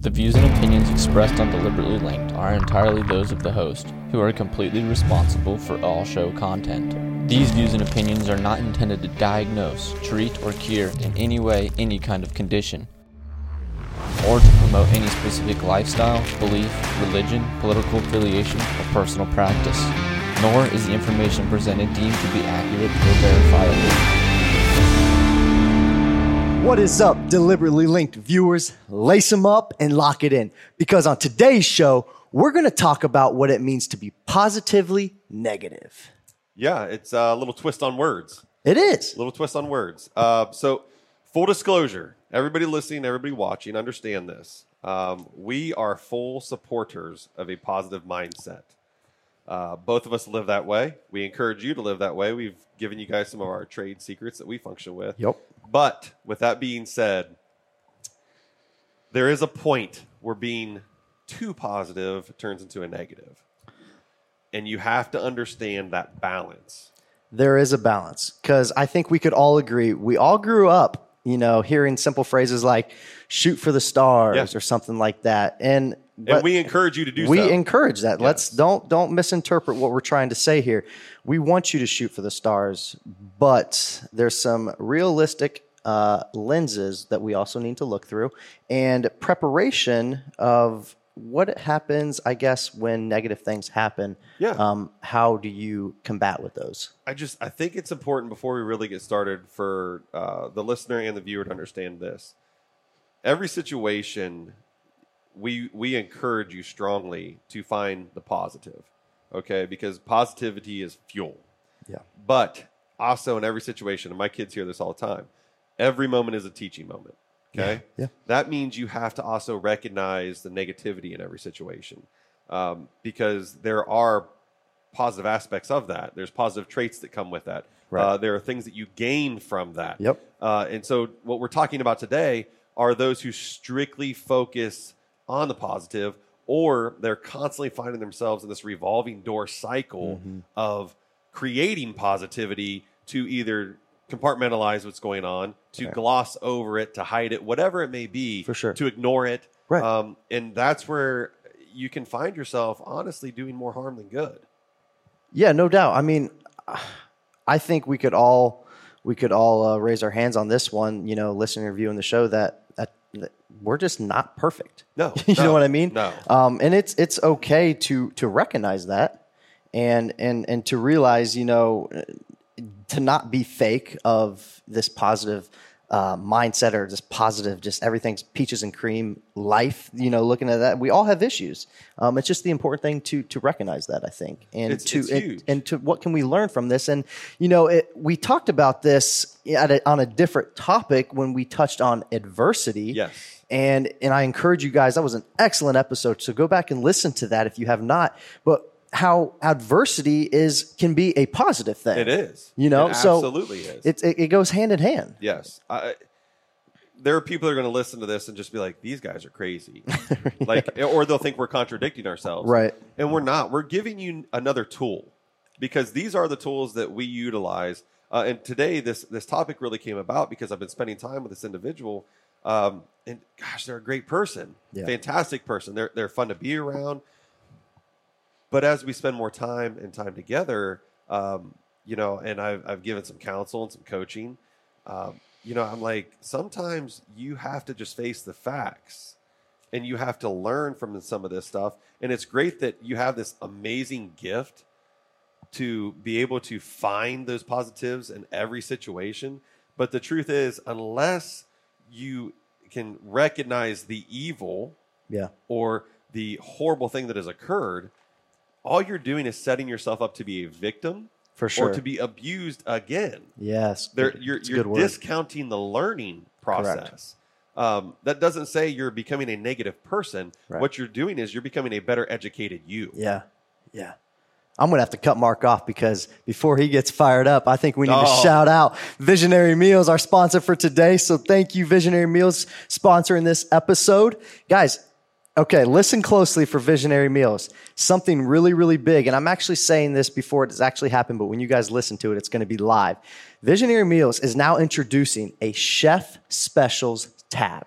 The views and opinions expressed on Deliberately Linked are entirely those of the host, who are completely responsible for all show content. These views and opinions are not intended to diagnose, treat, or cure in any way any kind of condition, or to promote any specific lifestyle, belief, religion, political affiliation, or personal practice. Nor is the information presented deemed to be accurate or verifiable. What is up, deliberately linked viewers? Lace them up and lock it in because on today's show, we're going to talk about what it means to be positively negative. Yeah, it's a little twist on words. It is. Little twist on words. Uh, so, full disclosure everybody listening, everybody watching, understand this. Um, we are full supporters of a positive mindset. Uh, both of us live that way. We encourage you to live that way. We've given you guys some of our trade secrets that we function with. Yep. But with that being said, there is a point where being too positive turns into a negative. And you have to understand that balance. There is a balance because I think we could all agree. We all grew up, you know, hearing simple phrases like shoot for the stars Yeah. or something like that. And, And but- we encourage you to do we so. encourage that. Let's don't don't misinterpret what we're trying to say here. We want you to shoot for the stars, but there's some realistic uh, lenses that we also need to look through and preparation of what happens. I guess when negative things happen, Yeah. Um, how do you combat with those? I just I think it's important before we really get started for uh, the listener and the viewer to understand this. Every situation, we we encourage you strongly to find the positive, okay? Because positivity is fuel. Yeah. But also in every situation, and my kids hear this all the time. Every moment is a teaching moment. Okay. Yeah, yeah. That means you have to also recognize the negativity in every situation, um, because there are positive aspects of that. There's positive traits that come with that. Right. Uh, there are things that you gain from that. Yep. Uh, and so, what we're talking about today are those who strictly focus on the positive, or they're constantly finding themselves in this revolving door cycle Mm-hmm. of creating positivity to either compartmentalize what's going on, to gloss over it, to hide it, whatever it may be, For sure. to ignore it. Right. Um, and that's where you can find yourself honestly doing more harm than good. Yeah, no doubt. I mean, I think we could all we could all uh, raise our hands on this one. You know, listening or viewing the show that, that, that we're just not perfect. No, you no, know what I mean. no. um, and it's it's okay to to recognize that and and and to realize you know to not be fake of this positive uh, mindset or just positive, just everything's peaches and cream life. You know, looking at that, we all have issues. Um, it's just the important thing to to recognize that I think, and It's- to it's and- huge. And, to what can we learn from this? And you know, it, we talked about this at a, on a different topic when we touched on adversity. Yes. And and I encourage you guys, that was an excellent episode. So go back and listen to that if you have not. But how adversity is can be a positive thing. It is. You know, It so absolutely is. It, it it goes hand in hand. yes. I, there are people that are going to listen to this and just be like, "These guys are crazy," like, or they'll think we're contradicting ourselves, Right. And we're not. We're giving you another tool because these are the tools that we utilize. Uh, and today, this this topic really came about because I've been spending time with this individual, um, and gosh, they're a great person, Yeah. fantastic person. They're they're fun to be around. but as we spend more time and time together, um, you know, and I've, I've given some counsel and some coaching, um, you know, I'm like, sometimes you have to just face the facts and you have to learn from some of this stuff. And it's great that you have this amazing gift to be able to find those positives in every situation. But the truth is, unless you can recognize the evil Yeah. or the horrible thing that has occurred, all you're doing is setting yourself up to be a victim For sure. or to be abused again. Yes. There, Good- you're it's a you're good word. discounting the learning process. Um, that doesn't say you're becoming a negative person. Right. What you're doing is you're becoming a better educated you. Yeah. Yeah. I'm going to have to cut Mark off because before he gets fired up, I think we need to Oh. shout out Visionary Meals, our sponsor for today. So thank you, Visionary Meals, sponsoring this episode. Guys, okay, listen closely for Visionary Meals. Something really, really big. And I'm actually saying this before it's actually happened, but when you guys listen to it, it's going to be live. Visionary Meals is now introducing a chef specials tab.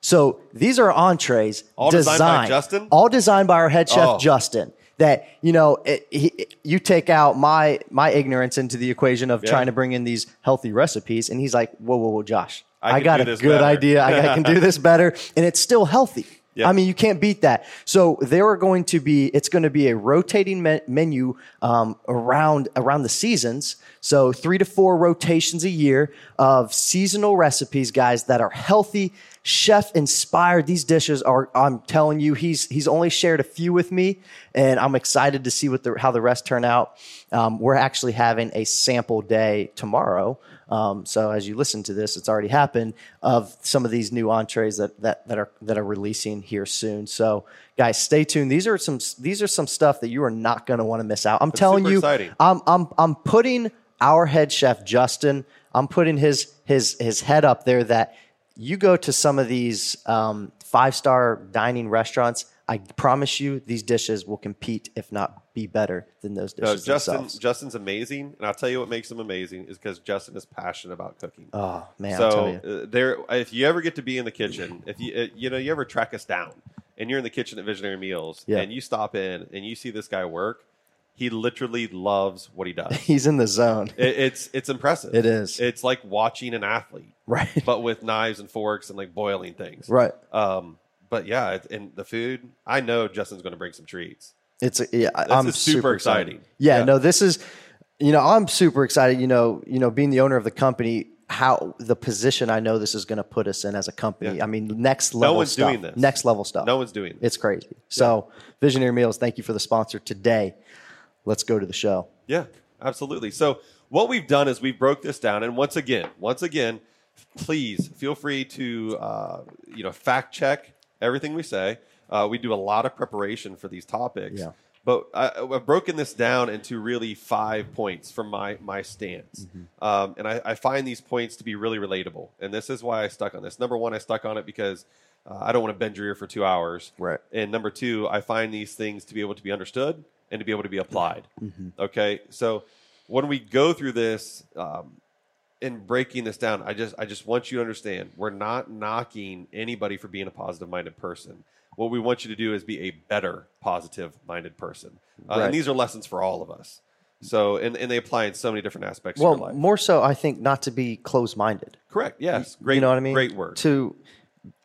So these are entrees, All designed by Justin? all designed by our head chef Oh. Justin. That you know, it, he, it- you take out my my ignorance into the equation of trying to bring in these healthy recipes, and he's like, "Whoa, whoa, whoa, Josh, I I, can got do a this good better." idea. I, I can do this better, and it's still healthy." Yeah. I mean, you can't beat that. So there are going to be it's going to be a rotating me- menu um, around around the seasons. So three to four rotations a year of seasonal recipes, guys, that are healthy, chef inspired. These dishes are. I'm telling you, he's he's only shared a few with me, and I'm excited to see what the how the rest turn out. Um, we're actually having a sample day tomorrow. Um, so as you listen to this, it's already happened of some of these new entrees that that that are that are releasing here soon. So guys, stay tuned. These are some these are some stuff that you are not going to want to miss out. I'm telling super you, exciting. I'm I'm I'm putting our head chef Justin. I'm putting his his his head up there that you go to some of these um, five star dining restaurants. I promise you, these dishes will compete, if not be better than those No, dishes Justin, themselves. Justin's amazing, and I'll tell you what makes him amazing is because Justin is passionate about cooking. Oh man, I'm telling so you. uh, there, if you ever get to be in the kitchen, if you uh, you know you ever track us down, and you're in the kitchen at Visionary Meals, Yeah. and you stop in and you see this guy work, he literally loves what he does. he's in the zone, It, it's it's impressive. It is. It's like watching an athlete, right? but with knives and forks and like boiling things. Right. Um. But yeah, it, and the food, I know Justin's going to bring some treats. It's yeah, I- I'm is super super, excited. exciting. Yeah, Yeah. no, this is you know, I'm super excited, you know, you know, being the owner of the company, how the position I know this is going to put us in as a company. I mean, next level one's stuff. doing this. Next level stuff. No one's doing this. It's crazy. So, Visionary Meals, thank you for the sponsor today. Let's go to the show. Yeah, absolutely. So what we've done is we've broke this down, and once again, once again, please feel free to uh, you know fact check everything we say. Uh, we do a lot of preparation for these topics, Yeah. but I, I've broken this down into really five points from my my stance, um, and I, I find these points to be really relatable. And this is why I stuck on this. Number one, I stuck on it because. Uh, I don't want to bend your ear for two hours. Right. And number two, I find these things to be able to be understood and to be able to be applied. Mm-hmm. Okay, so when we go through this um, and breaking this down, I just I just want you to understand we're not knocking anybody for being a positive minded person. What we want you to do is be a better positive minded person, uh, Right. and these are lessons for all of us. So and, and they apply in so many different aspects of your Well, life. more so I think not to be closed-minded. Correct. Yes. Great. you know what I mean? Great work. To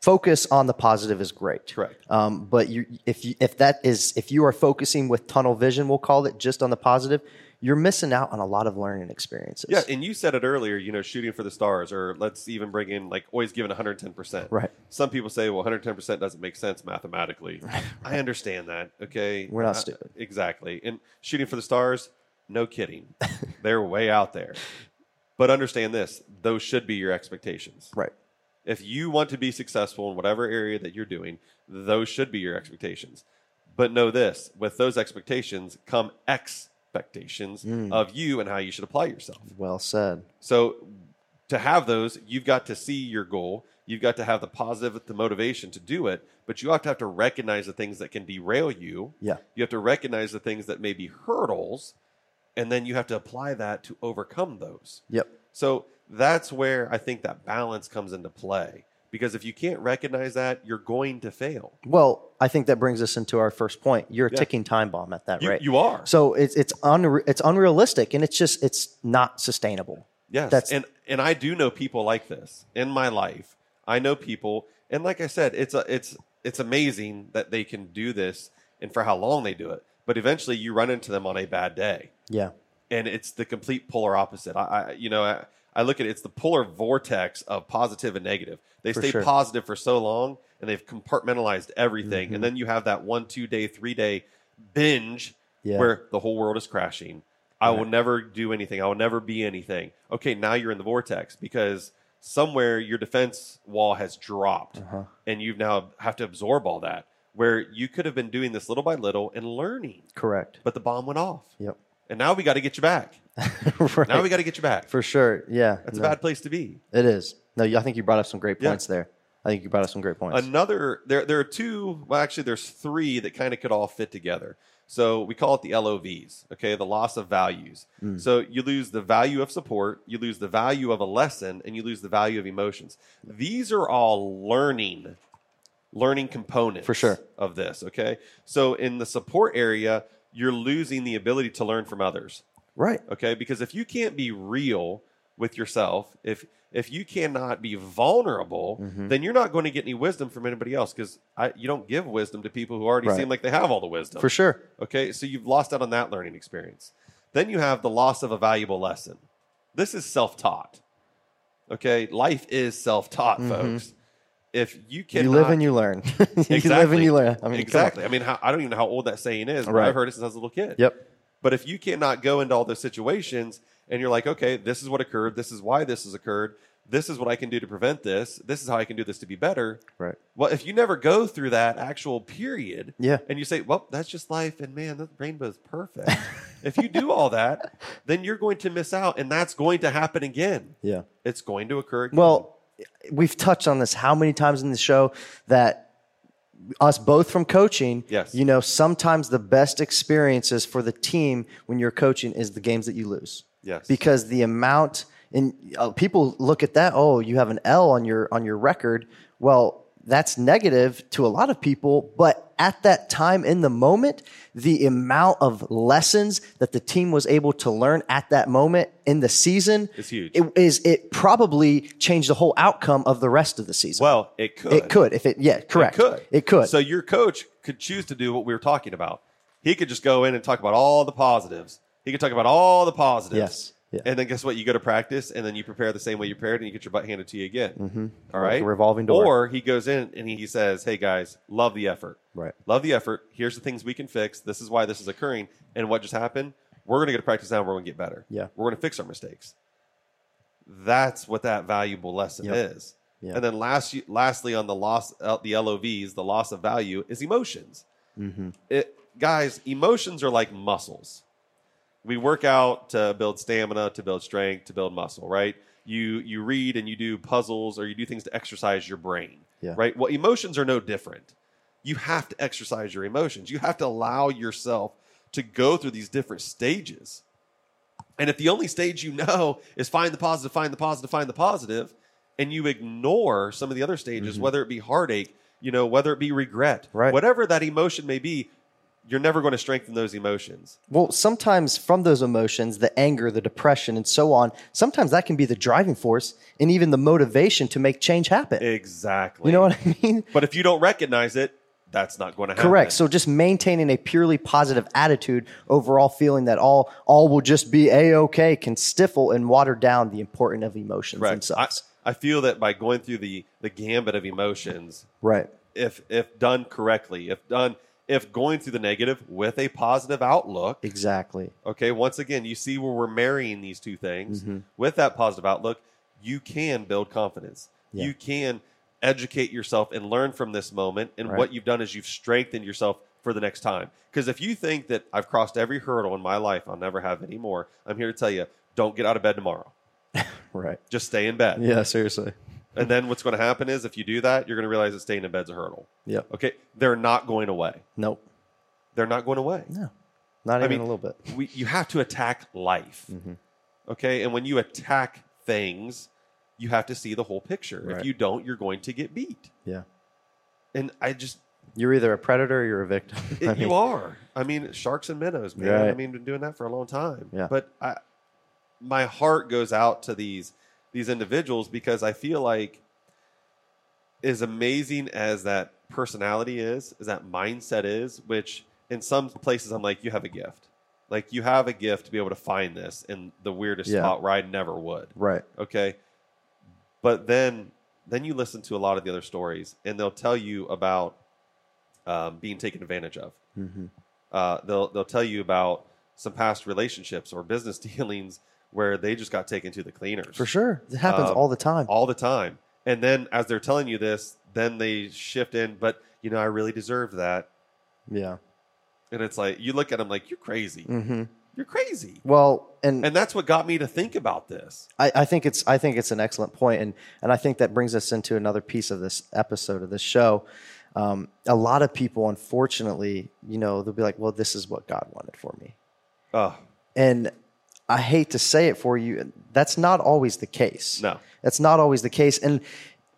focus on the positive is great. Correct. Um, but you, if you, if that is if you are focusing with tunnel vision, we'll call it just on the positive, you're missing out on a lot of learning experiences. Yeah, and you said it earlier, you know, shooting for the stars, or let's even bring in like always giving 110%. Right. Some people say, well, 110% doesn't make sense mathematically. I understand that. Okay. We're not Uh, stupid. Exactly. And shooting for the stars, no kidding. They're way out there. But understand this those should be your expectations. Right. If you want to be successful in whatever area that you're doing, those should be your expectations. But know this with those expectations come expectations Mm. of you and how you should apply yourself. Well said. So to have those, you've got to see your goal. You've got to have the positive, the motivation to do it, but you have to have to recognize the things that can derail you. Yeah. You have to recognize the things that may be hurdles, and then you have to apply that to overcome those. Yep. So that's where I think that balance comes into play. Because if you can't recognize that, you're going to fail. Well, I think that brings us into our first point. You're a Yeah. ticking time bomb at that You, rate. you are. So it's it's unre- it's unrealistic, and it's just it's not sustainable. Yes. That's- and and I do know people like this in my life. I know people and like I said, it's a, it's it's amazing that they can do this and for how long they do it. But eventually you run into them on a bad day. Yeah. And it's the complete polar opposite. I, I you know, I, I look at it, it's the polar vortex of positive and negative. They For stay sure. positive for so long and they've compartmentalized everything. Mm-hmm. And then you have that one, two day, three day binge Yeah. where the whole world is crashing. I will never do anything. I will never be anything. Okay, now you're in the vortex because somewhere your defense wall has dropped Uh-huh. and you now have to absorb all that where you could have been doing this little by little and learning, Correct. but the bomb went off. Yep. And now we got to get you back. right. Now we got to get you back. For sure. Yeah. That's No. a bad place to be. It is. No, you- I think you brought up some great Yeah. points there. I think you brought up some great points. Another there there are two, well actually there's three that kind of could all fit together. So we call it the LOVs, okay, the loss of values. Mm. So you lose the value of support, you lose the value of a lesson, and you lose the value of emotions. These are all learning learning components For sure. of this. Okay. So in the support area, you're losing the ability to learn from others. Right. Okay. Because if you can't be real with yourself, if if you cannot be vulnerable, Mm-hmm. then you're not going to get any wisdom from anybody else because you don't give wisdom to people who already Right. seem like they have all the wisdom. For sure. Okay, so you've lost out on that learning experience. Then you have the loss of a valuable lesson. This is self taught. Okay, life is self taught, folks. If you can Mm-hmm. You live and you learn. you live and you learn. I mean, come on. exactly. I mean, how, I don't even know how old that saying is, but Right. I've heard it since I was a little kid. Yep. But if you cannot go into all those situations and you're like, okay, this is what occurred, this is why this has occurred, this is what I can do to prevent this, this is how I can do this to be better. Right. Well, if you never go through that actual period, Yeah. and you say, "Well, that's just life," and man, that rainbow's perfect. if you do all that, then you're going to miss out, and that's going to happen again. Yeah. It's going to occur. Again. Well, we've touched on this how many times in the show that us both from coaching, Yes. you know, sometimes the best experiences for the team when you're coaching is the games that you lose. Yes. Because the amount and uh, people look at that, oh, you have an L on your on your record. Well, that's negative to a lot of people, but at that time in the moment, the amount of lessons that the team was able to learn at that moment in the season It's huge. It is it probably changed the whole outcome of the rest of the season. well, it could. it could if it yeah correct It could. it could So your coach could choose to do what we were talking about. He could just go in and talk about all the positives. He could talk about all the positives. Yes. Yeah. And then guess what? You go to practice, and then you prepare the same way you prepared, and you get your butt handed to you again. Mm-hmm. All right. a revolving door. Or he goes in and he says, "Hey guys, love the effort. Right. Love the effort. Here's the things we can fix. This is why this is occurring, and what just happened. We're going to go to practice now. and We're going to get better. Yeah. We're going to fix our mistakes. That's what that valuable lesson Yep. is. Yeah. And then last, lastly, on the loss, uh, the LOVs, the loss of value is emotions. It, guys, emotions are like muscles. We work out to build stamina, to build strength, to build muscle, right? You you read and you do puzzles or you do things to exercise your brain, Yeah. right? Well, emotions are no different. You have to exercise your emotions. You have to allow yourself to go through these different stages. And if the only stage you know is find the positive, find the positive, find the positive, and you ignore some of the other stages, whether it be heartache, you know, whether it be regret, Mm-hmm. Right. whatever that emotion may be, you're never going to strengthen those emotions. Well, sometimes from those emotions, the anger, the depression, and so on, sometimes that can be the driving force and even the motivation to make change happen. Exactly. you know what I mean? But if you don't recognize it, that's not going to happen. Correct. So just maintaining a purely positive attitude overall, feeling that all all will just be a okay, can stifle and water down the importance of emotions Correct. I, themselves. I feel that by going through the the gambit of emotions, right. if if done correctly, if done if going through the negative with a positive outlook, Exactly. Okay, once again, you see where we're marrying these two things Mm-hmm. with that positive outlook. You can build confidence. Yeah. You can educate yourself and learn from this moment. And Right. what you've done is you've strengthened yourself for the next time. Because if you think that I've crossed every hurdle in my life, I'll never have any more, I'm here to tell you don't get out of bed tomorrow. Right. Just stay in bed. Yeah. Seriously. And then what's going to happen is if you do that, you're going to realize that staying in bed's a hurdle. Yep. Okay, they're not going away. Nope. They're not going away No. Not even mean, a little bit. we, you have to attack life. Okay. And when you attack things, you have to see the whole picture. If Right. you don't, you're going to get beat. Yeah. And I just, You're either a predator or you're a victim. it, I mean, you are. I mean, sharks and minnows, man. I Right. mean, been doing that for a long time. Yeah. But I, my heart goes out to these these individuals because I feel like as amazing as that personality is, as that mindset is, which in some places I'm like, you have a gift. Like you have a gift to be able to find this in the weirdest Yeah. spot where I never would. Right. Okay. But then then you listen to a lot of the other stories and they'll tell you about um, being taken advantage of. Mm-hmm. Uh, they'll they'll tell you about some past relationships or business dealings where they just got taken to the cleaners For sure. It happens Um, all the time. all the time. And then as they're telling you this, then they shift in. But you know, I really deserved that. yeah. And it's like you look at them like you're crazy. hmm You're crazy. Well, and, And that's what got me to think about this. I, I think it's I think it's an excellent point, and and I think that brings us into another piece of this episode of this show. Um, a lot of people, unfortunately, you know, they'll be like, "Well, this is what God wanted for me," Oh and I hate to say it for you, that's not always the case. no, That's not always the case. And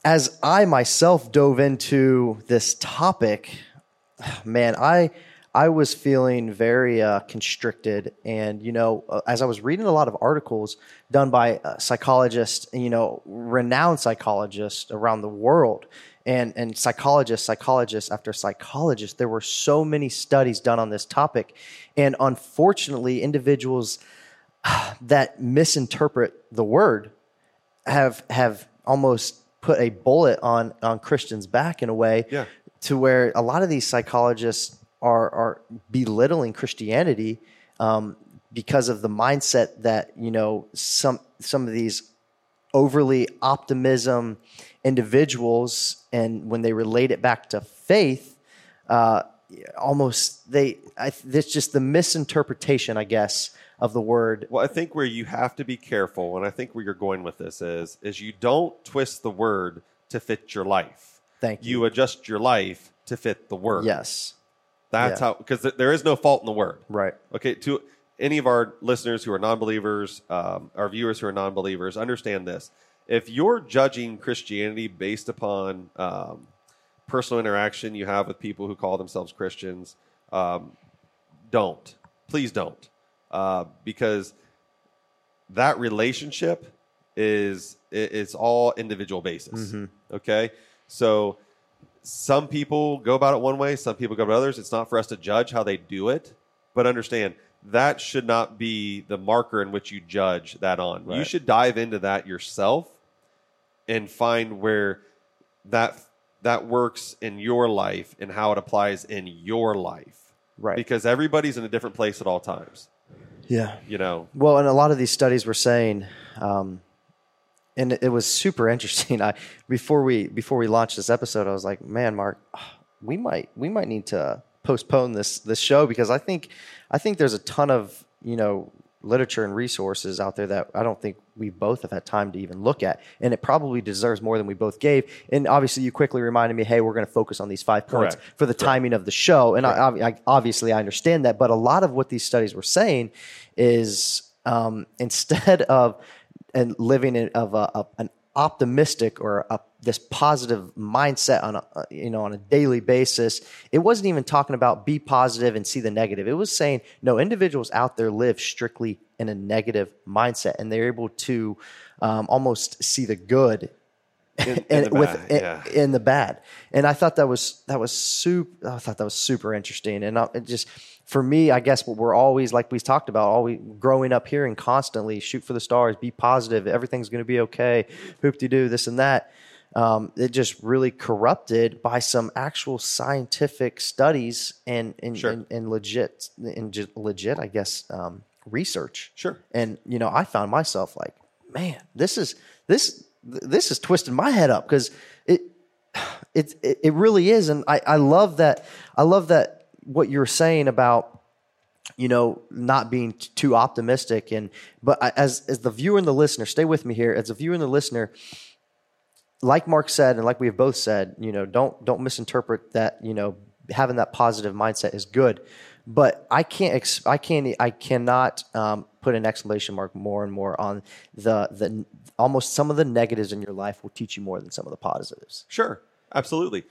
as I myself dove into this topic, man, I I was feeling very uh, constricted, and you know, uh, as I was reading a lot of articles done by uh, psychologists, you know, renowned psychologists around the world, and and psychologists, psychologists after psychologists, there were so many studies done on this topic, and unfortunately, individuals that misinterpret the word have have almost put a bullet on on Christians' back in a way, Yeah. to where a lot of these psychologists are are belittling Christianity um, because of the mindset that you know some some of these overly optimism individuals, and when they relate it back to faith, uh, almost they I, that's just the misinterpretation, I guess, of the word. Well, I think where you have to be careful, and I think where you're going with this is, is you don't twist the word to fit your life. Thank you. You adjust your life to fit the word. Yes, That's yeah. how, because there is no fault in the word. right. Okay, to any of our listeners who are non-believers, um, our viewers who are non-believers, understand this: if you're judging Christianity based upon um, personal interaction you have with people who call themselves Christians, um, don't. Please don't, uh, because that relationship is it, it's all individual basis. Mm-hmm. Okay, so some people go about it one way, some people go about others. It's not for us to judge how they do it, but understand that should not be the marker in which you judge that on. You Right. should dive into that yourself and find where that that works in your life and how it applies in your life. Right. Because everybody's in a different place at all times, Yeah. you know. Well, and a lot of these studies were saying, um, and it was super interesting. I before we before we launched this episode, I was like, man, Mark, we might we might need to postpone this this show because I think I think there's a ton of you know literature and resources out there that I don't think we both have had time to even look at, and it probably deserves more than we both gave. And obviously, you quickly reminded me, hey, we're going to focus on these five points Correct. for the timing of the show. And I, ob- I, obviously, I understand that. But a lot of what these studies were saying is um, instead of and living in, of a, a, an optimistic or a, this positive mindset on a, a- you know on a daily basis, it wasn't even talking about be positive and see the negative. It was saying no individuals out there live strictly in a negative mindset, and they're able to um, almost see the good In, in and the with bad, in, yeah. in the bad. And I thought that was that was super. I thought that was super interesting. And I, it just for me, I guess what we're always like we talked about, always growing up hearing constantly shoot for the stars, be positive, everything's going to be okay, hoop de doo, this and that. Um, it just really corrupted by some actual scientific studies and and, Sure. and, and legit and ju- legit, I guess, um, research. Sure. And you know, I found myself like, man, this is this th- this is twisting my head up because it it it it really is, and I I love that I love that what you're saying about you know not being t- too optimistic and but I, as as the viewer and the listener stay with me here as the viewer and the listener like mark said and like we have both said you know don't don't misinterpret that you know having that positive mindset is good but i can't ex- i can't i cannot um, put an exclamation mark more and more on the the almost some of the negatives in your life will teach you more than some of the positives Sure, absolutely.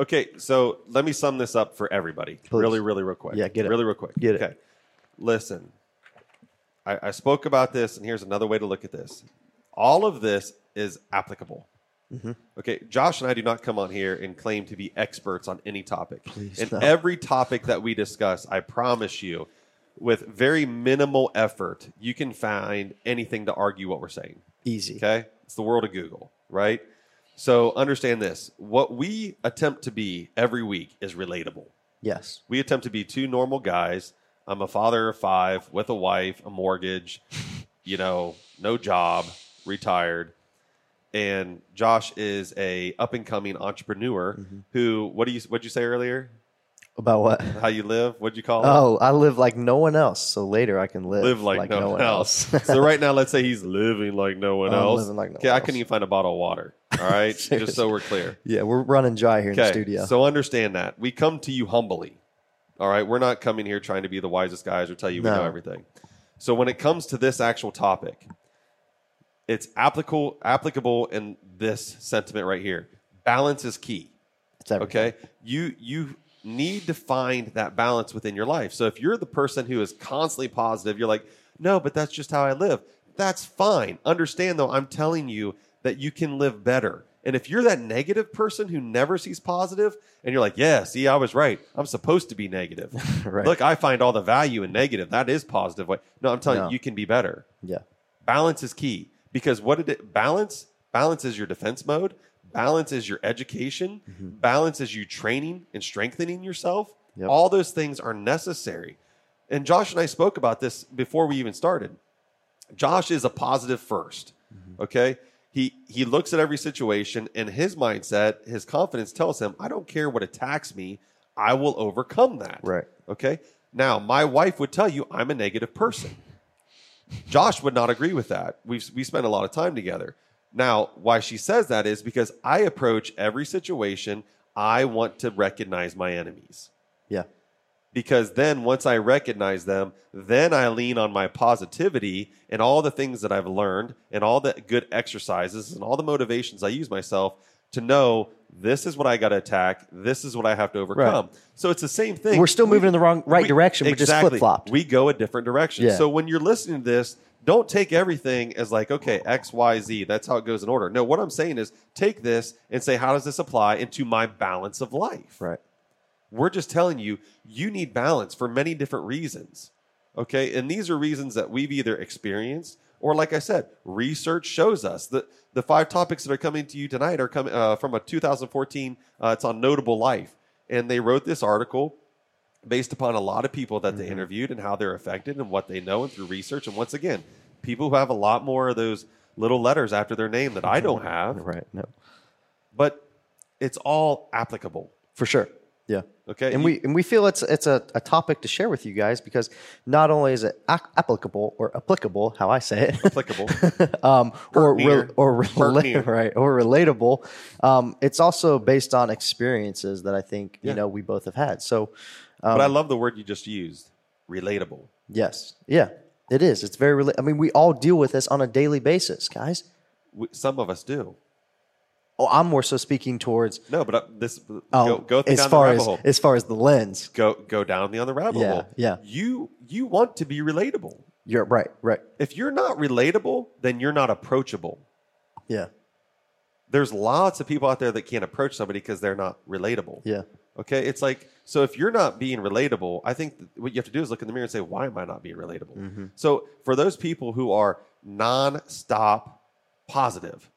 Okay, so let me sum this up for everybody, really, really, real quick. Yeah, get it. Really, real quick. Get it. Okay, listen. I, I spoke about this, and here's another way to look at this. All of this is applicable. Mm-hmm. Okay, Josh and I do not come on here and claim to be experts on any topic. Please, and no. every topic that we discuss, I promise you, with very minimal effort, you can find anything to argue what we're saying. easy Okay. It's the world of Google, right? So understand this. What we attempt to be every week is relatable. yes We attempt to be two normal guys. I'm a father of five with a wife, a mortgage, you know, no job, retired. And Josh is a up and coming entrepreneur Mm-hmm. who what do you what'd you say earlier? about what How you live? What'd you call it? oh i live like no one else so later i can live live like, no, one else. so right now, let's say he's living like no one I'm else. living like no okay, one I couldn't else. even find a bottle of water. All right, just so we're clear. yeah we're running dry here in the Okay, studio so understand that we come to you humbly. All right, we're not coming here trying to be the wisest guys or tell you we No. know everything. So when it comes to this actual topic, it's applicable applicable in this sentiment right here. Balance is key. It's everything. Okay. You you need to find that balance within your life. So if you're the person who is constantly positive, you're like, "No, but that's just how I live." That's fine. Understand though, I'm telling you that you can live better. And if you're that negative person who never sees positive and you're like, "Yeah, see, I was right. I'm supposed to be negative." Right. Look, I find all the value in negative. That is positive. Way. No, I'm telling No. you, you can be better Yeah. balance is key because what did it balance balance is your defense mode balance is your education balance is you training and strengthening yourself Yep. all those things are necessary and josh and i spoke about this before we even started josh is a positive 1st okay he he looks at every situation and his mindset his confidence tells him i don't care what attacks me i will overcome that Right. okay now my wife would tell you i'm a negative person Josh would not agree with that. We've we spent a lot of time together. Now, why she says that is because I approach every situation. I want to recognize my enemies Yeah. because then once I recognize them, then I lean on my positivity and all the things that I've learned and all the good exercises and all the motivations I use myself to know this is what I got to attack. This is what I have to overcome. So it's the same thing. We're still moving in the wrong- right direction. We're just flip-flopped. We go a different direction. Yeah. So when you're listening to this, don't take everything as like, okay, X, Y, Z. That's how it goes in order. No, what I'm saying is take this and say, how does this apply into my balance of life? Right. We're just telling you, you need balance for many different reasons. Okay. And these are reasons that we've either experienced or, like I said, research shows us that the five topics that are coming to you tonight are coming uh, from a 2014, uh, it's on Notable Life. And they wrote this article based upon a lot of people that they interviewed and how they're affected and what they know and through research. And once again, people who have a lot more of those little letters after their name that I don't have, Right. No. but it's all applicable. For sure. Yeah. Okay. And You- we and we feel it's it's a, a topic to share with you guys because not only is it ac- applicable or applicable, how I say it, applicable. um, or Pertnere. re- or Pertnere. rela- right or relatable. Um, it's also based on experiences that I think Yeah. you know we both have had. So but I Um, love the word you just used, relatable. yes, yeah, it is. It's very. Rela- I mean, we all deal with this on a daily basis, guys. W- Some of us do. Oh, I'm more so speaking towards No, but uh, this oh, go, go as down the far rabbit as hole. as far as the lens. Go go down the other rabbit Yeah, hole. yeah. You you want to be relatable. You're right, right. If you're not relatable, then you're not approachable. Yeah, There's lots of people out there that can't approach somebody because they're not relatable. yeah, Okay. It's like, so if you're not being relatable, I think th- what you have to do is look in the mirror and say, why am I not being relatable? So for those people who are nonstop positive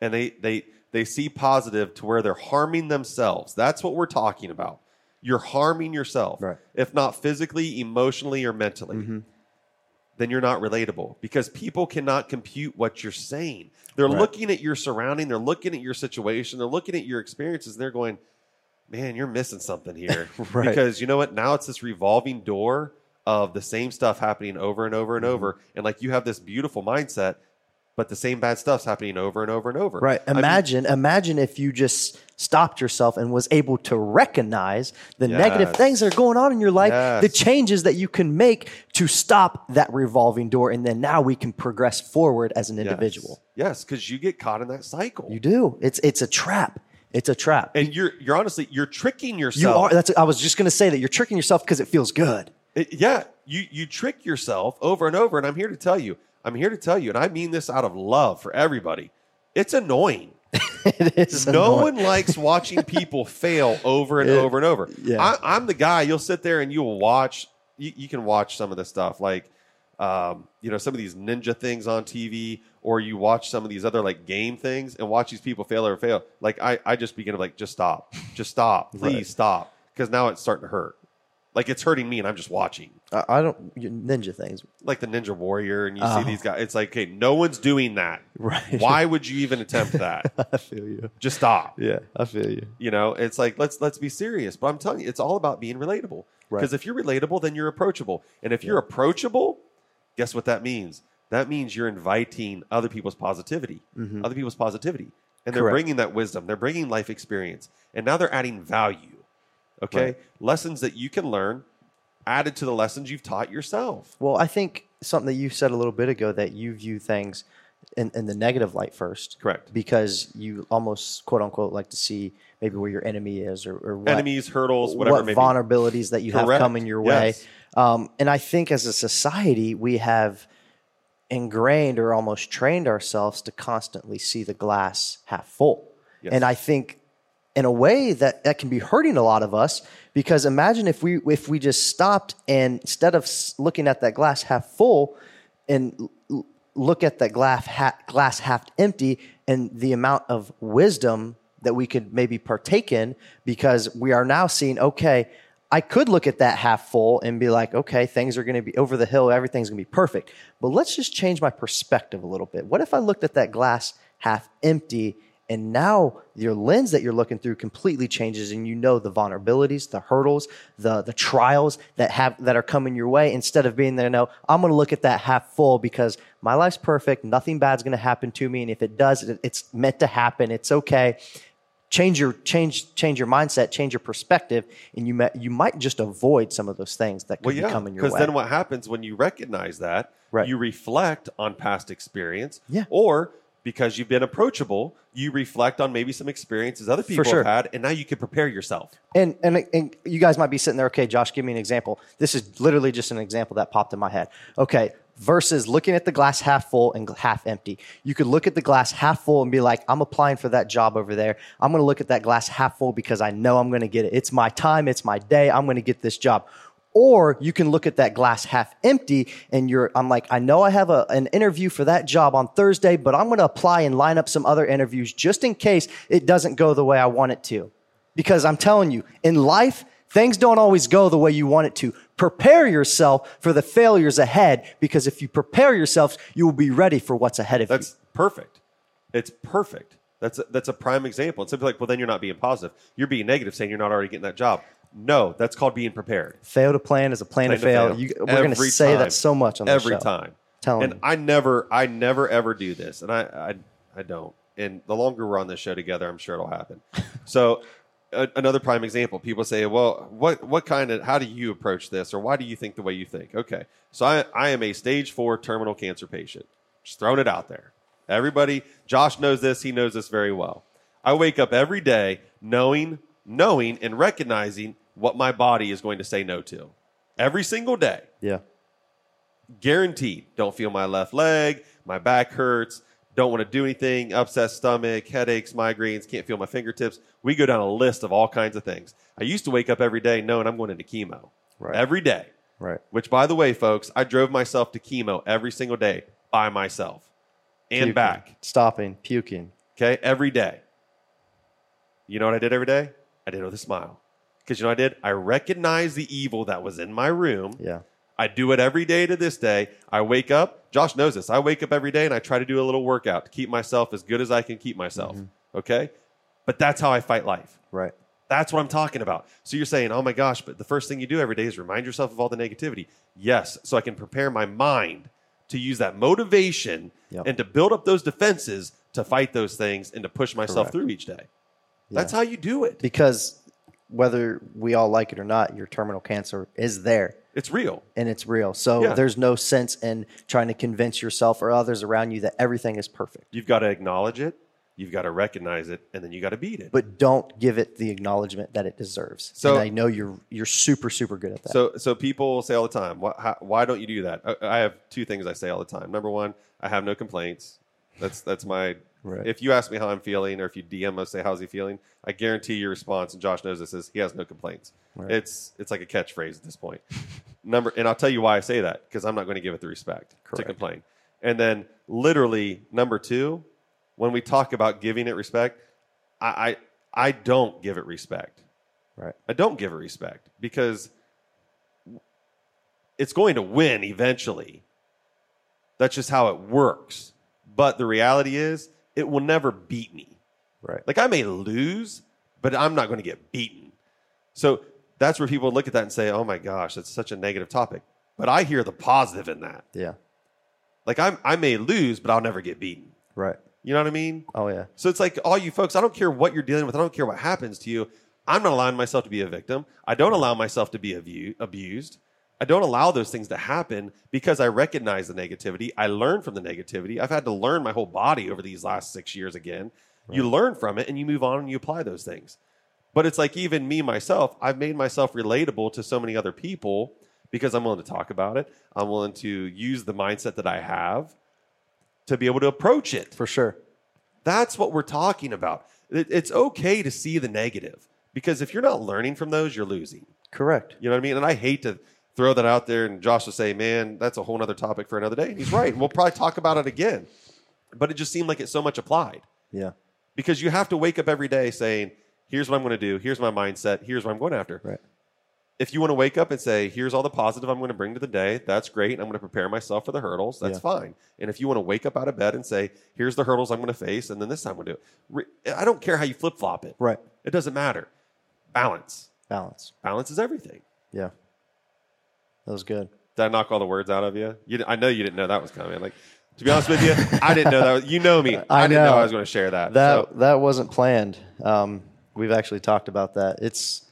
and they, they, they see positive to where they're harming themselves, that's what we're talking about. You're harming yourself, Right. if not physically, emotionally, or mentally. Then you're not relatable because people cannot compute what you're saying. They're Right. looking at your surrounding, they're looking at your situation, they're looking at your experiences, and they're going, man, you're missing something here. Right. Because you know what? Now it's this revolving door of the same stuff happening over and over and Mm-hmm. over. And like you have this beautiful mindset, but the same bad stuff's happening over and over and over. right. I mean, Imagine, imagine if you just stopped yourself and was able to recognize the negative Yes. things that are going on in your life, Yes. the changes that you can make to stop that revolving door, and then now we can progress forward as an yes. individual. Yes, because you get caught in that cycle. You do. It's it's a trap. It's a trap. and you're you're honestly you're tricking yourself. you are. That's. I was just going to say that you're tricking yourself because it feels good. It- yeah, you you trick yourself over and over, and I'm here to tell you, I'm here to tell you, and I mean this out of love for everybody. It's annoying. It is no annoying. one likes watching people fail over and Yeah. over and over. Yeah. I, I'm the guy. You'll sit there and you'll watch. You, you can watch some of this stuff, like um, you know some of these ninja things on TV, or you watch some of these other like game things and watch these people fail over fail. Like I, I just begin to like just stop, just stop, please Right. stop, because now it's starting to hurt. Like it's hurting me, and I'm just watching. I, I don't you- ninja things. Like the Ninja Warrior, and you see these guys. It's like, okay, no one's doing that. Uh-huh. Right. Why would you even attempt that? I feel you. just stop. Yeah, I feel you. You know, it's like let's let's be serious. But I'm telling you, it's all about being relatable. Right. Because if you're relatable, then you're approachable. And if you're approachable, guess what that means? That means you're inviting other people's positivity, other people's positivity, and they're Mm-hmm. Correct. bringing that wisdom. They're bringing life experience, and now they're adding value. Okay, Right. lessons that you can learn added to the lessons you've taught yourself. Well, I think something that you said a little bit ago that you view things in, in the negative light first Correct. because you almost quote unquote like to see maybe where your enemy is or, or what, Enemies, hurdles, whatever. what maybe. vulnerabilities that you have Correct. coming your way. Yes. Um, and I think as a society, we have ingrained or almost trained ourselves to constantly see the glass half full. Yes. And I think in a way that that can be hurting a lot of us because imagine if we if we just stopped and instead of s- looking at that glass half full and l- l- look at that glass ha- glass half empty and the amount of wisdom that we could maybe partake in because we are now seeing okay I could look at that half full and be like, okay, things are going to be over the hill. Everything's going to be perfect. But let's just change my perspective a little bit. What if I looked at that glass half empty and now your lens that you're looking through completely changes and you know the vulnerabilities, the hurdles, the the trials that have that are coming your way instead of being there no, I'm going to look at that half full because my life's perfect, nothing bad's going to happen to me and if it does, it, it's meant to happen. It's okay. Change your change change your mindset, change your perspective and you might you might just avoid some of those things that could Well, be yeah, coming your way. because then what happens when you recognize that? Right. You reflect on past experience, Yeah. or because you've been approachable, you reflect on maybe some experiences other people sure. have had, and now you can prepare yourself. And, and and you guys might be sitting there, okay, Josh, give me an example. This is literally just an example that popped in my head. Okay, versus looking at the glass half full and gl- half empty. You could look at the glass half full and be like, I'm applying for that job over there. I'm going to look at that glass half full because I know I'm going to get it. It's my time, it's my day. I'm going to get this job. Or you can look at that glass half empty and you're, I'm like, I know I have a, an interview for that job on Thursday, but I'm going to apply and line up some other interviews just in case it doesn't go the way I want it to. Because I'm telling you, in life, things don't always go the way you want it to. Prepare yourself for the failures ahead because if you prepare yourself, you will be ready for what's ahead of That's perfect. It's perfect. That's a, that's a prime example. It's simply like, well, then you're not being positive. You're being negative, saying you're not already getting that job. No, that's called being prepared. you. Fail to plan is a plan, to fail. You, we're going to Every say time. that so much on this every show. time. Telling and you. I never, I never ever do this, and I, I, I don't. And the longer we're on this show together, I'm sure it'll happen. so, a, another prime example: people say, "Well, what, what kind of, how do you approach this, or why do you think the way you think?" Okay, so I, I am a stage four terminal cancer patient. Just throwing it out there. Everybody, Josh knows this. He knows this very well. I wake up every day knowing, knowing, and recognizing what my body is going to say no to. Every single day Yeah. guaranteed. Don't feel my left leg, my back hurts, don't want to do anything, upset stomach, headaches, migraines, can't feel my fingertips. We go down a list of all kinds of things. I used to wake up every day knowing I'm going into chemo. Right. Every day. Right. Which by the way, folks, I drove myself to chemo every single day by myself and Puking. back. Stopping, puking. Okay? Every day. You know what I did every day? I did it with a smile. Because you know what I did? I recognized the evil that was in my room. Yeah. I do it every day to this day. I wake up. Josh knows this. I wake up every day and I try to do a little workout to keep myself as good as I can keep myself. Mm-hmm. Okay. But that's how I fight life. Right. That's what I'm talking about. So you're saying, oh my gosh, but the first thing you do every day is remind yourself of all the negativity. Yes. So I can prepare my mind to use that motivation Yep. and to build up those defenses to fight those things and to push myself Correct. through each day. That's how you do it. Because whether we all like it or not, your terminal cancer is there. It's real. and it's real. So Yeah. there's no sense in trying to convince yourself or others around you that everything is perfect. You've got to acknowledge it. You've got to recognize it and then you got to beat it. But don't give it the acknowledgement that it deserves. So- and I know you're you're super super good at that. So, so people say all the time, why, how, why don't you do that? I, I have two things I say all the time. Number one, I have no complaints. That's that's my. Right. If you ask me how I'm feeling, or if you DM us say how's he feeling, I guarantee your response. And Josh knows this is he has no complaints. It's it's like a catchphrase at this point. Number, and I'll tell you why I say that because I'm not going to give it the respect to Correct. complain. And then, literally, number two, when we talk about giving it respect, I I, I don't give it respect. right. I don't give it respect because it's going to win eventually. That's just how it works. But the reality is, it will never beat me. Right. Like I may lose, but I'm not going to get beaten. So that's where people look at that and say, "Oh my gosh, that's such a negative topic." But I hear the positive in that. yeah. Like I'm, I may lose, but I'll never get beaten. Right. You know what I mean? Oh yeah. So it's like all you folks, I don't care what you're dealing with. I don't care what happens to you. I'm not allowing myself to be a victim. I don't allow myself to be abu- abused. I don't allow those things to happen because I recognize the negativity. I learn from the negativity. I've had to learn my whole body over these last six years again. You learn from it and you move on and you apply those things. But it's like even me myself, I've made myself relatable to so many other people because I'm willing to talk about it. I'm willing to use the mindset that I have to be able to approach it. for sure. That's what we're talking about. It- It's okay to see the negative because if you're not learning from those, you're losing. Correct. You know what I mean? And I hate to throw that out there and Josh will say, man, that's a whole other topic for another day. And he's right. And we'll probably talk about it again. But it just seemed like it's so much applied Yeah. because you have to wake up every day saying, here's what I'm going to do. Here's my mindset. Here's what I'm going after. Right. If you want to wake up and say, here's all the positive I'm going to bring to the day, that's great. I'm going to prepare myself for the hurdles. That's Yeah. fine. And if you want to wake up out of bed and say, here's the hurdles I'm going to face, and then this time I'm going to do it. Re- I don't care how you flip flop it. Right. It doesn't matter. Balance. Balance. Balance is everything. Yeah. That was good. Did I knock all the words out of you? you di- I know you didn't know that was coming. Like, to be honest with you, I didn't know that. Was, you know me. I, didn't know know. I was going to share that. That So, that wasn't planned. Um, we've actually talked about that. It's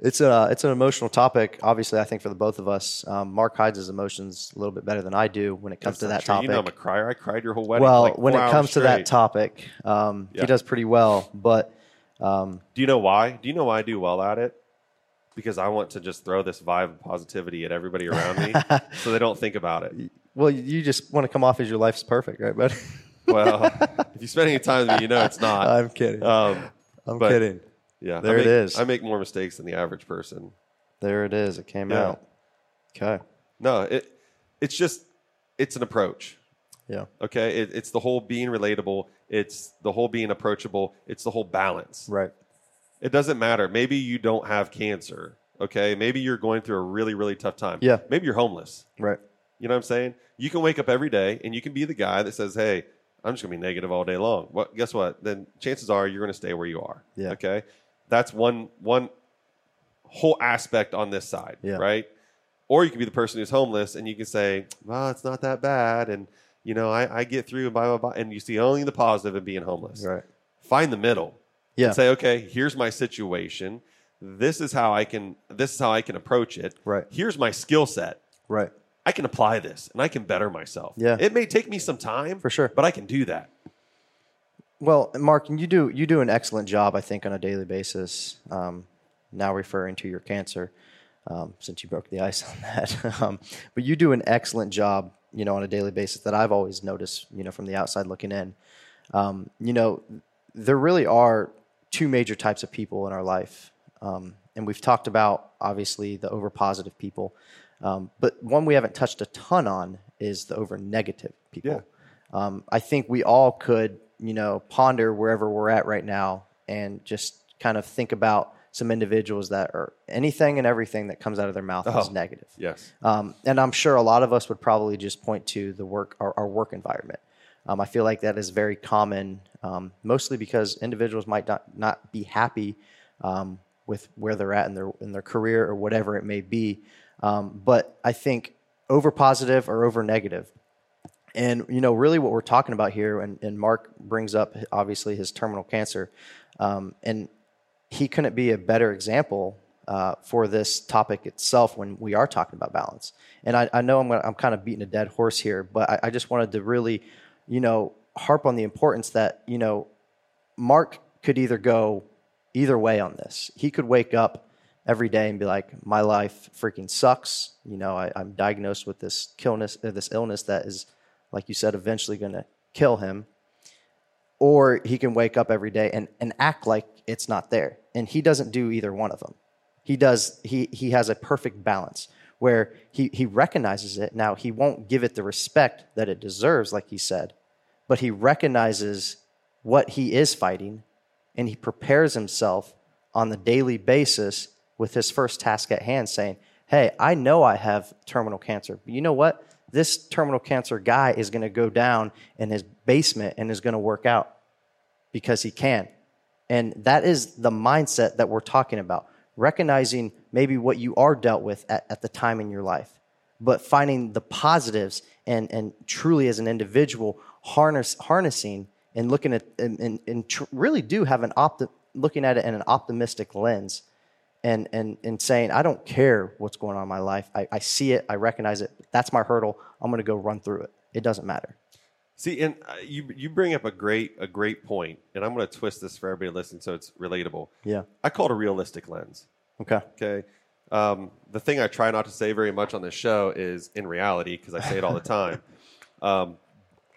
it's a it's an emotional topic. Obviously, I think for the both of us, um, Mark hides his emotions a little bit better than I do when it comes to I'm that sure topic. You know I'm a crier. I cried your whole wedding. well, for like when four it hours comes to straight. that topic, um, Yeah. he does pretty well. But um, do you know why? Do you know why I do well at it? Because I want to just throw this vibe of positivity at everybody around me, so they don't think about it. well, you just want to come off as your life's perfect, right, buddy? Well, if you spend any time with me, you know it's not. I'm kidding. Um, I'm but- kidding. yeah, I There it make- is. I make more mistakes than the average person. There it is. It came Yeah. out. Okay. No, it, it's just it's an approach. Yeah. Okay, it, it's the whole being relatable. It's the whole being approachable. It's the whole balance. Right. It doesn't matter. Maybe you don't have cancer. Okay, maybe you're going through a really really tough time. Yeah. maybe you're homeless. Right. You know what I'm saying? You can wake up every day and you can be the guy that says, "Hey, I'm just gonna be negative all day long." What? Guess what? Then chances are you're gonna stay where you are. Yeah. Okay, that's one one whole aspect on this side. Yeah. Right. Or you can be the person who's homeless and you can say, "Well, it's not that bad," and you know, I, I get through and blah blah blah. And you see only the positive in being homeless. Right. Find the middle Yeah. and say, okay, here's my situation. This is how I can. This is how I can approach it. Right. Here's my skill set. Right. I can apply this and I can better myself. Yeah. It may take me some time For sure. but I can do that. Well, Mark, you do you do an excellent job, I think, on a daily basis. Um, now referring to your cancer, um, since you broke the ice on that, um, but you do an excellent job, you know, on a daily basis that I've always noticed, you know, from the outside looking in. Um, you know, there really are two major types of people in our life, um, and we've talked about obviously the over positive people, um, but one we haven't touched a ton on is the over negative people Yeah. um, I think we all could, you know, ponder wherever we're at right now and just kind of think about some individuals that are anything and everything that comes out of their mouth Oh. is negative. Yes. Um, and I'm sure a lot of us would probably just point to the work, our, our work environment. Um, I feel like that is very common, um, mostly because individuals might not, not be happy um, with where they're at in their in their career or whatever it may be. Um, but I think over positive or over negative, and you know, really, what we're talking about here, and, and Mark brings up obviously his terminal cancer, um, and he couldn't be a better example uh, for this topic itself when we are talking about balance. And I, I know I'm gonna, I'm kind of beating a dead horse here, but I, I just wanted to really, you know, harp on the importance that you know Mark could either go either way on this. He could wake up every day and be like, "My life freaking sucks." You know, I, I'm diagnosed with this illness, uh, this illness that is, like you said, eventually going to kill him. Or he can wake up every day and, and act like it's not there. And he doesn't do either one of them. He does. He he has a perfect balance where he he recognizes it. Now he won't give it the respect that it deserves, like he said, but he recognizes what he is fighting and he prepares himself on the daily basis with his first task at hand saying hey i know i have terminal cancer but you know what this terminal cancer guy is going to go down in his basement and is going to work out because he can and that is the mindset that we're talking about recognizing maybe what you are dealt with at, at the time in your life but finding the positives and and truly as an individual harness harnessing and looking at and and, and tr- really do have an opt looking at it in an optimistic lens and and and saying I don't care what's going on in my life. I, I see it. I recognize it. That's my hurdle. I'm going to go run through it. It doesn't matter. See, and uh, you you bring up a great a great point, and I'm going to twist this for everybody listening so it's relatable. Yeah. I call it a realistic lens. Okay. Okay. Um, the thing I try not to say very much on this show is in reality because I say it all the time. Um,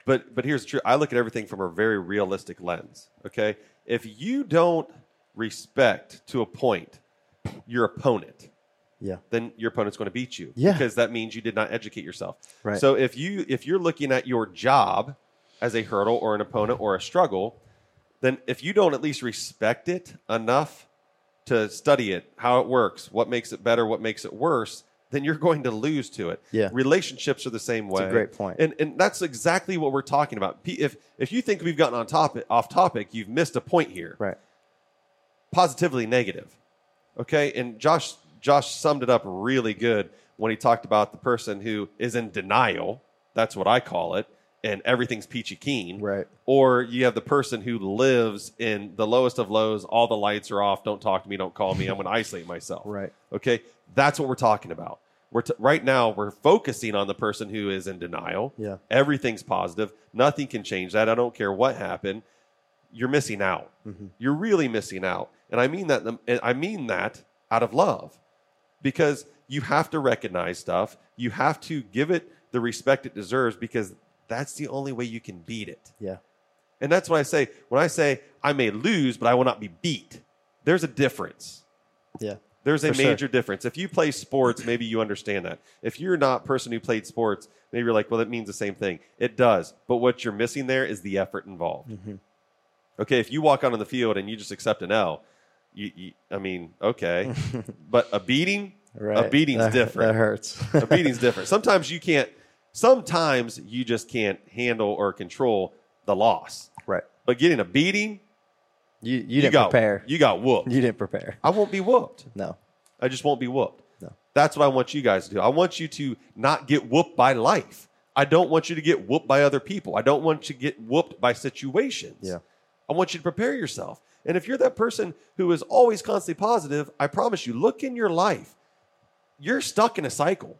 but but here's the truth. I look at everything from a very realistic lens. Okay. If you don't respect to a point your opponent, Yeah. then your opponent's going to beat you. Yeah. Because that means you did not educate yourself. Right. So if you if you're looking at your job as a hurdle or an opponent or a struggle, then if you don't at least respect it enough to study it, how it works, what makes it better, what makes it worse, then you're going to lose to it. Yeah. Relationships are the same way. a great point. And and that's exactly what we're talking about. P- If if you think we've gotten on topic off topic, you've missed a point here Right. positively negative. Okay, and Josh Josh summed it up really good when he talked about the person who is in denial. That's what I call it, and everything's peachy keen. Right. Or you have the person who lives in the lowest of lows. All the lights are off. Don't talk to me. Don't call me. I'm going to isolate myself. Right. Okay. That's what we're talking about. We're t- right now we're focusing on the person who is in denial. Yeah. Everything's positive. Nothing can change that. I don't care what happened you're missing out. You're really missing out. And I mean that and I mean that out of love. Because you have to recognize stuff. You have to give it the respect it deserves because that's the only way you can beat it. Yeah. And that's what I say when I say I may lose, but I will not be beat. There's a difference. Yeah. There's a For sure. major difference. If you play sports, maybe you understand that. If you're not a person who played sports, maybe you're like, well, that means the same thing. It does. But what you're missing there is the effort involved. Mm-hmm. Okay, if you walk out on the field and you just accept an L, you, you, I mean, okay. but a beating, a beating's That- different That hurts. a beating's different. Sometimes you can't. Sometimes you just can't handle or control the loss. right. But getting a beating, You you, you, didn't got prepare. You got whooped. you didn't prepare. I won't be whooped. No. I just won't be whooped. No. That's what I want you guys to do. I want you to not get whooped by life. I don't want you to get whooped by other people. I don't want you to get whooped by situations. Yeah. I want you to prepare yourself. And if you're that person who is always constantly positive, I promise you, look in your life. You're stuck in a cycle.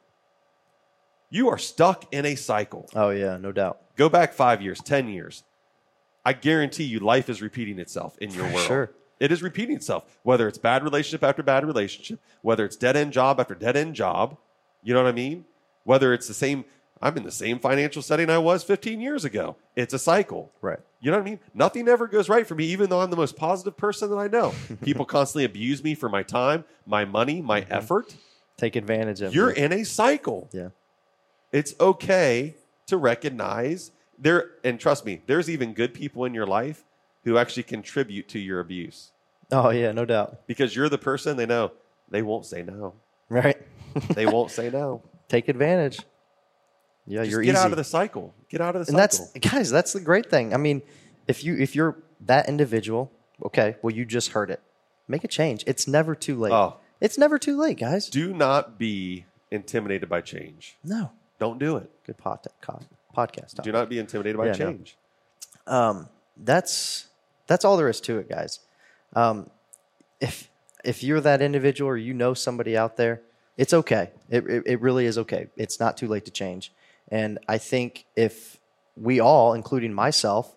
You are stuck in a cycle. Oh yeah, no doubt. Go back five years, 10 years. I guarantee you, life is repeating itself in your For world. sure. It is repeating itself, whether it's bad relationship after bad relationship, whether it's dead end job after dead end job. You know what I mean? Whether it's the same, I'm in the same financial setting I was 15 years ago. It's a cycle. Right. You know what I mean? Nothing ever goes right for me, even though I'm the most positive person that I know. People constantly abuse me for my time, my money, my Mm-hmm. effort. Take advantage of You're it. in a cycle Yeah. it's okay to recognize there and trust me there's even good people in your life who actually contribute to your abuse Oh yeah, no doubt. because you're the person they know they won't say no Right. they won't say no Take advantage. Yeah, Just you're get easy. out of the cycle get out of the and that's cycle guys that's the great thing i mean if you if you're that individual okay well you just heard it make a change it's never too late Oh. it's never too late guys do not be intimidated by change no don't do it good pod, co- podcast do topic. not be intimidated by Yeah, no. change um that's that's all there is to it guys um if if you're that individual or you know somebody out there it's okay it, it, it really is okay it's not too late to change and i think if we all including myself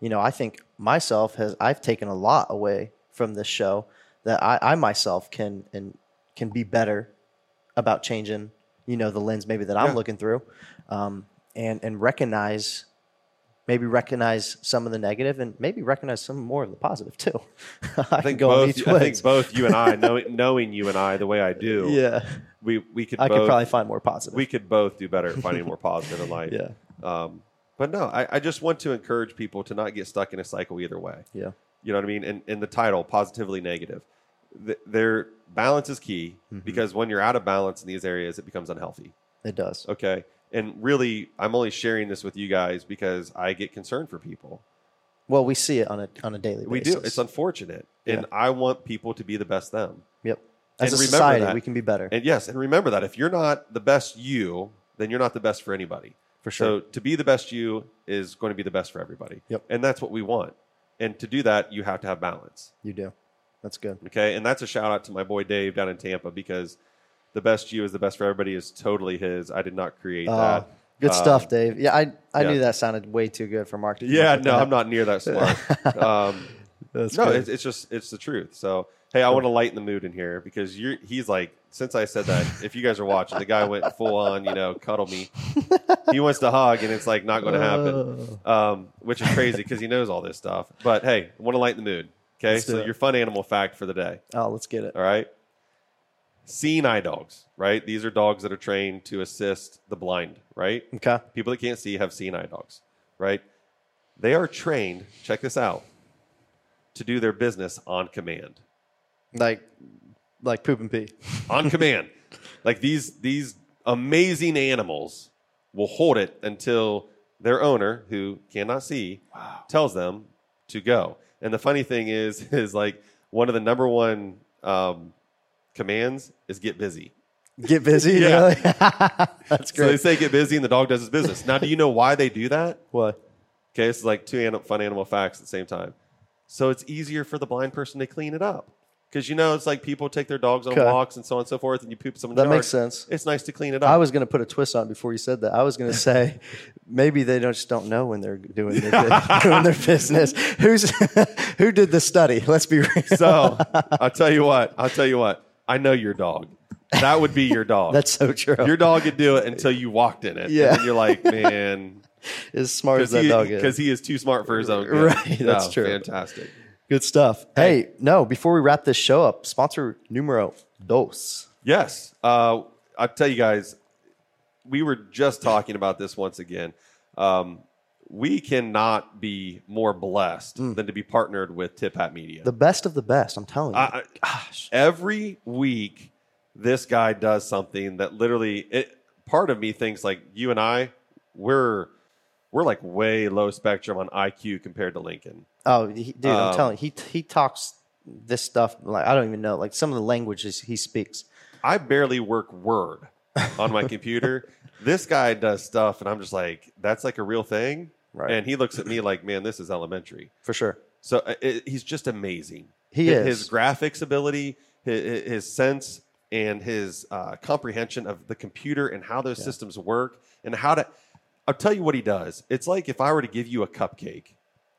you know i think myself has i've taken a lot away from this show that i, I myself can and can be better about changing you know the lens maybe that i'm Yeah. looking through um, and and recognize maybe recognize some of the negative and maybe recognize some more of the positive too. I, I think, can go both, both, each I way. think both you and I, know, knowing you and I the way I do, yeah, we, we could I both could probably find more positive. we could both do better at finding more positive in life. Yeah. Um, but no, I, I just want to encourage people to not get stuck in a cycle either way. yeah, You know what I mean? And, and the title, positively negative, th- their balance is key because when you're out of balance in these areas, it becomes unhealthy. it does. Okay. And really, I'm only sharing this with you guys because I get concerned for people. Well, we see it on a on a daily We basis. do. It's unfortunate. And I want people to be the best them. yep. As And a remember society, that. we can be better. And yes, and remember that if you're not the best you, then you're not the best for anybody. For sure. So to be the best you is going to be the best for everybody. Yep. And that's what we want. And to do that, you have to have balance. you do. That's good. Okay. And that's a shout out to my boy Dave down in Tampa because the best you is the best for everybody is totally his. I did not create Uh, that. good Um, stuff, Dave. Yeah, I, I yeah. knew that sounded way too good for Mark. to come Yeah, up with no, that. I'm not near that smart. Um, That's no, good. it's, it's just it's the truth. So hey, I want to lighten the mood in here because you're he's like since I said that if you guys are watching, the guy went full on you know cuddle me. He wants to hug, and it's like not going to happen, Oh. um, which is crazy because he knows all this stuff. But hey, I want to lighten the mood. Okay, Let's do so it. your fun animal fact for the day. oh, let's get it. All right. Seeing eye dogs, right? These are dogs that are trained to assist the blind, right? Okay. People that can't see have seen eye dogs, right? They are trained, check this out, to do their business on command. Like, like poop and pee. On command. Like these these amazing animals will hold it until their owner, who cannot see, tells them to go. And the funny thing is, is like one of the number one um, commands is get busy. Get busy. Yeah. really? That's So they great. say get busy and the dog does his business. Now, do you know why they do that? what? Okay, this is like two anim- fun animal facts at the same time. So it's easier for the blind person to clean it up. Because you know, it's like people take their dogs on Okay. walks and so on and so forth, and you poop someone. That makes sense. It's nice to clean it I up. was going to put a twist on it before you said that. I was going to say maybe they don't, just don't know when they're doing their, doing their business. Who's who did the study? Let's be real. so I'll tell you what. I'll tell you what. I know your dog. That would be your dog. That's so true. your dog could do it until you walked in it. And Yeah. then you're like, man, as smart as because that he, dog is. 'cause he is too smart for his own. Good. Right, that's No, true. Fantastic. Good stuff. Hey, no, before we wrap this show up, sponsor numero dos. Yes. Uh, I'll tell you guys, we were just talking about this once again. Um, we cannot be more blessed than to be partnered with Tip Hat Media. The best of the best, I'm telling you. I, I, every week, this guy does something that literally, it, part of me thinks like you and I, we're we're like way low spectrum on IQ compared to Lincoln. oh, he, dude, I'm um, telling you. He he talks this stuff like I don't even know, like some of the languages he speaks. I barely work Word on my computer. this guy does stuff, and I'm just like, that's like a real thing. Right. And he looks at me like, man, this is elementary. For sure. So uh, it, he's just amazing. He his, is. His graphics ability, his, his sense, and his uh, comprehension of the computer and how those systems work and how to. I'll tell you what he does. It's like if I were to give you a cupcake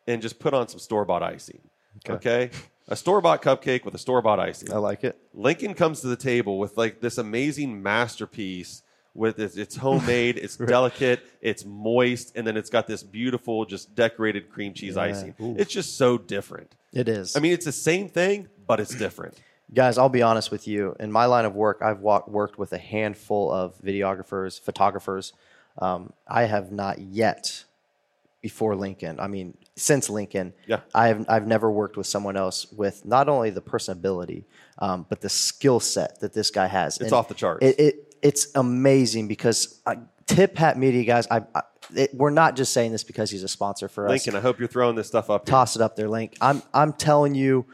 and just put on some store bought icing. Okay. A store bought cupcake with a store bought icing. I like it. Lincoln comes to the table with like this amazing masterpiece with it's, it's homemade, it's delicate, it's moist, and then it's got this beautiful, just decorated cream cheese icing. It's just so different. It is. I mean, it's the same thing, but it's different. Guys, I'll be honest with you. In my line of work, I've walked, worked with a handful of videographers, photographers. Um, I have not yet, before Lincoln, I mean, since Lincoln, Yeah. I have, I've never worked with someone else with not only the personability, um, but the skill set that this guy has. It's off the charts. It, it, it's amazing because I, Tip Hat Media, guys, I, I, it, we're not just saying this because he's a sponsor for us Lincoln, I hope you're throwing this stuff up. here. toss it up there, Link. I'm I'm telling you,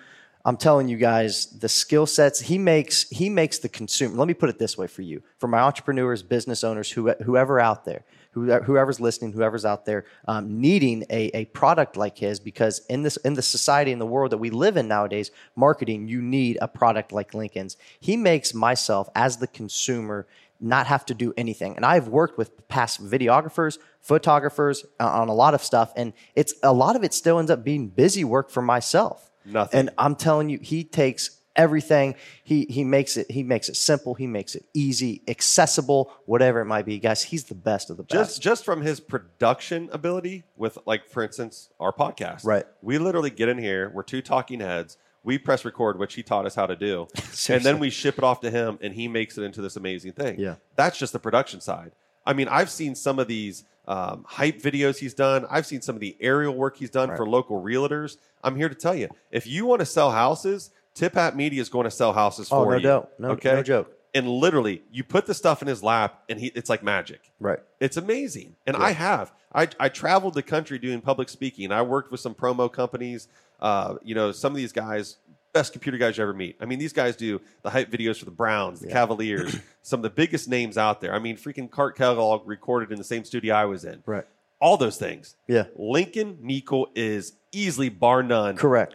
I'm telling you guys, the skill sets he makes he makes the consumer. Let me put it this way for you, for my entrepreneurs, business owners, who, whoever out there, who, whoever's listening, whoever's out there um, needing a, a product like his, because in this in the society in the world that we live in nowadays, marketing you need a product like Lincoln's. He makes myself as the consumer not have to do anything. And I've worked with past videographers, photographers uh, on a lot of stuff, and it's a lot of it still ends up being busy work for myself. Nothing. And I'm telling you, he takes everything. He he makes it. He makes it simple. He makes it easy, accessible, whatever it might be. Guys, he's the best of the best. just just from his production ability with like for instance our podcast Right. we literally get in here we're two talking heads we press record which he taught us how to do and Seriously. then we ship it off to him and he makes it into this amazing thing Yeah. that's just the production side i mean i've seen some of these um, hype videos he's done i've seen some of the aerial work he's done for local realtors i'm here to tell you if you want to sell houses tip hat media is going to sell houses Oh, for no you doubt. No- no joke. and literally you put the stuff in his lap and he it's like magic Right. it's amazing and i have I, I traveled the country doing public speaking i worked with some promo companies uh, you know some of these guys best computer guys you ever meet i mean these guys do the hype videos for the browns the cavaliers some of the biggest names out there i mean freaking cart kellogg recorded in the same studio i was in Right. all those things Yeah. lincoln Nickel is easily bar none Correct.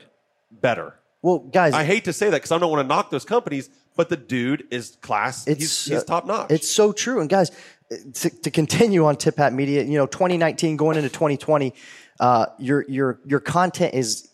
better Well, guys, I hate to say that because I don't want to knock those companies, but the dude is class. It's, he's, he's uh, top notch. It's so true. And guys, to, to continue on Tip Hat Media, you know, 2019 going into 2020, uh, your your your content is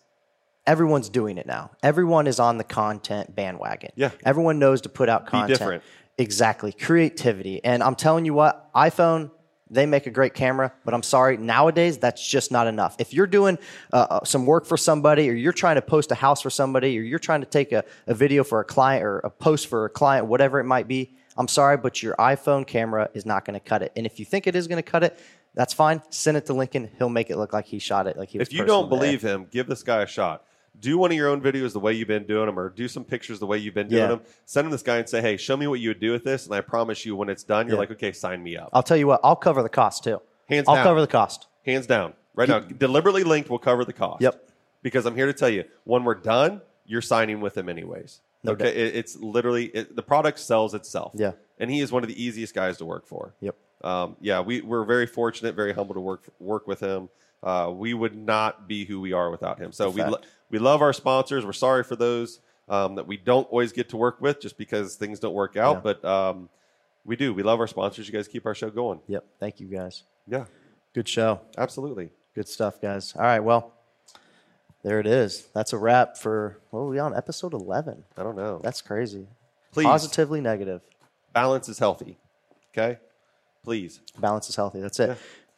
everyone's doing it now. Everyone is on the content bandwagon. Yeah. everyone knows to put out content. different. Exactly, creativity. And I'm telling you what, iPhone. They make a great camera, but I'm sorry, nowadays that's just not enough. If you're doing uh, uh, some work for somebody, or you're trying to post a house for somebody, or you're trying to take a, a video for a client, or a post for a client, whatever it might be, I'm sorry, but your iPhone camera is not going to cut it. And if you think it is going to cut it, that's fine. Send it to Lincoln. He'll make it look like he shot it. Like he was if you personally don't there. believe him, give this guy a shot. Do one of your own videos the way you've been doing them, or do some pictures the way you've been doing Yeah. them. Send him this guy and say, "Hey, show me what you would do with this," and I promise you, when it's done, you're Yeah. like, "Okay, sign me up." I'll tell you what. I'll cover the cost too. Hands I'll down. cover the cost. Hands down, right now, deliberately linked will cover the cost. Yep. Because I'm here to tell you, when we're done, you're signing with him anyways. No okay, doubt. It- it's literally it, the product sells itself. Yeah. and he is one of the easiest guys to work for. Yep. Um, yeah, we we're very fortunate, very humble to work work with him. Uh, we would not be who we are without him. So we fact. lo- we love our sponsors. We're sorry for those um, that we don't always get to work with, just because things don't work out. Yeah. But um, we do. We love our sponsors. You guys keep our show going. Yep. Thank you guys. Yeah, Good show. absolutely. Good stuff, guys. All right. Well, there it is. That's a wrap for what were we on episode 11. I don't know. That's crazy. Please. Positively negative. Balance is healthy. Okay, please. balance is healthy. That's it.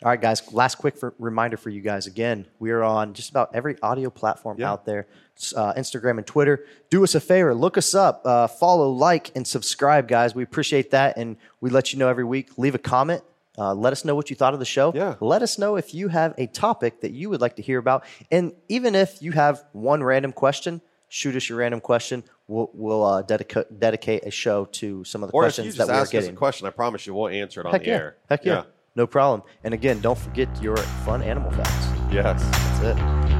All right, guys. Last quick for, reminder for you guys. Again, we are on just about every audio platform Yeah. out there, S- uh, Instagram and Twitter. Do us a favor, look us up, uh, follow, like, and subscribe, guys. We appreciate that, and we let you know every week. Leave a comment. Uh, let us know what you thought of the show. Yeah. Let us know if you have a topic that you would like to hear about, and even if you have one random question, shoot us your random question. We'll, we'll uh, dedicate dedicate a show to some of the Or if you questions just that we're ask us a getting. question, I promise you, we'll answer it on Heck the yeah. air. Heck yeah. No problem. And again, don't forget your fun animal facts. yeah. Yes. That's it.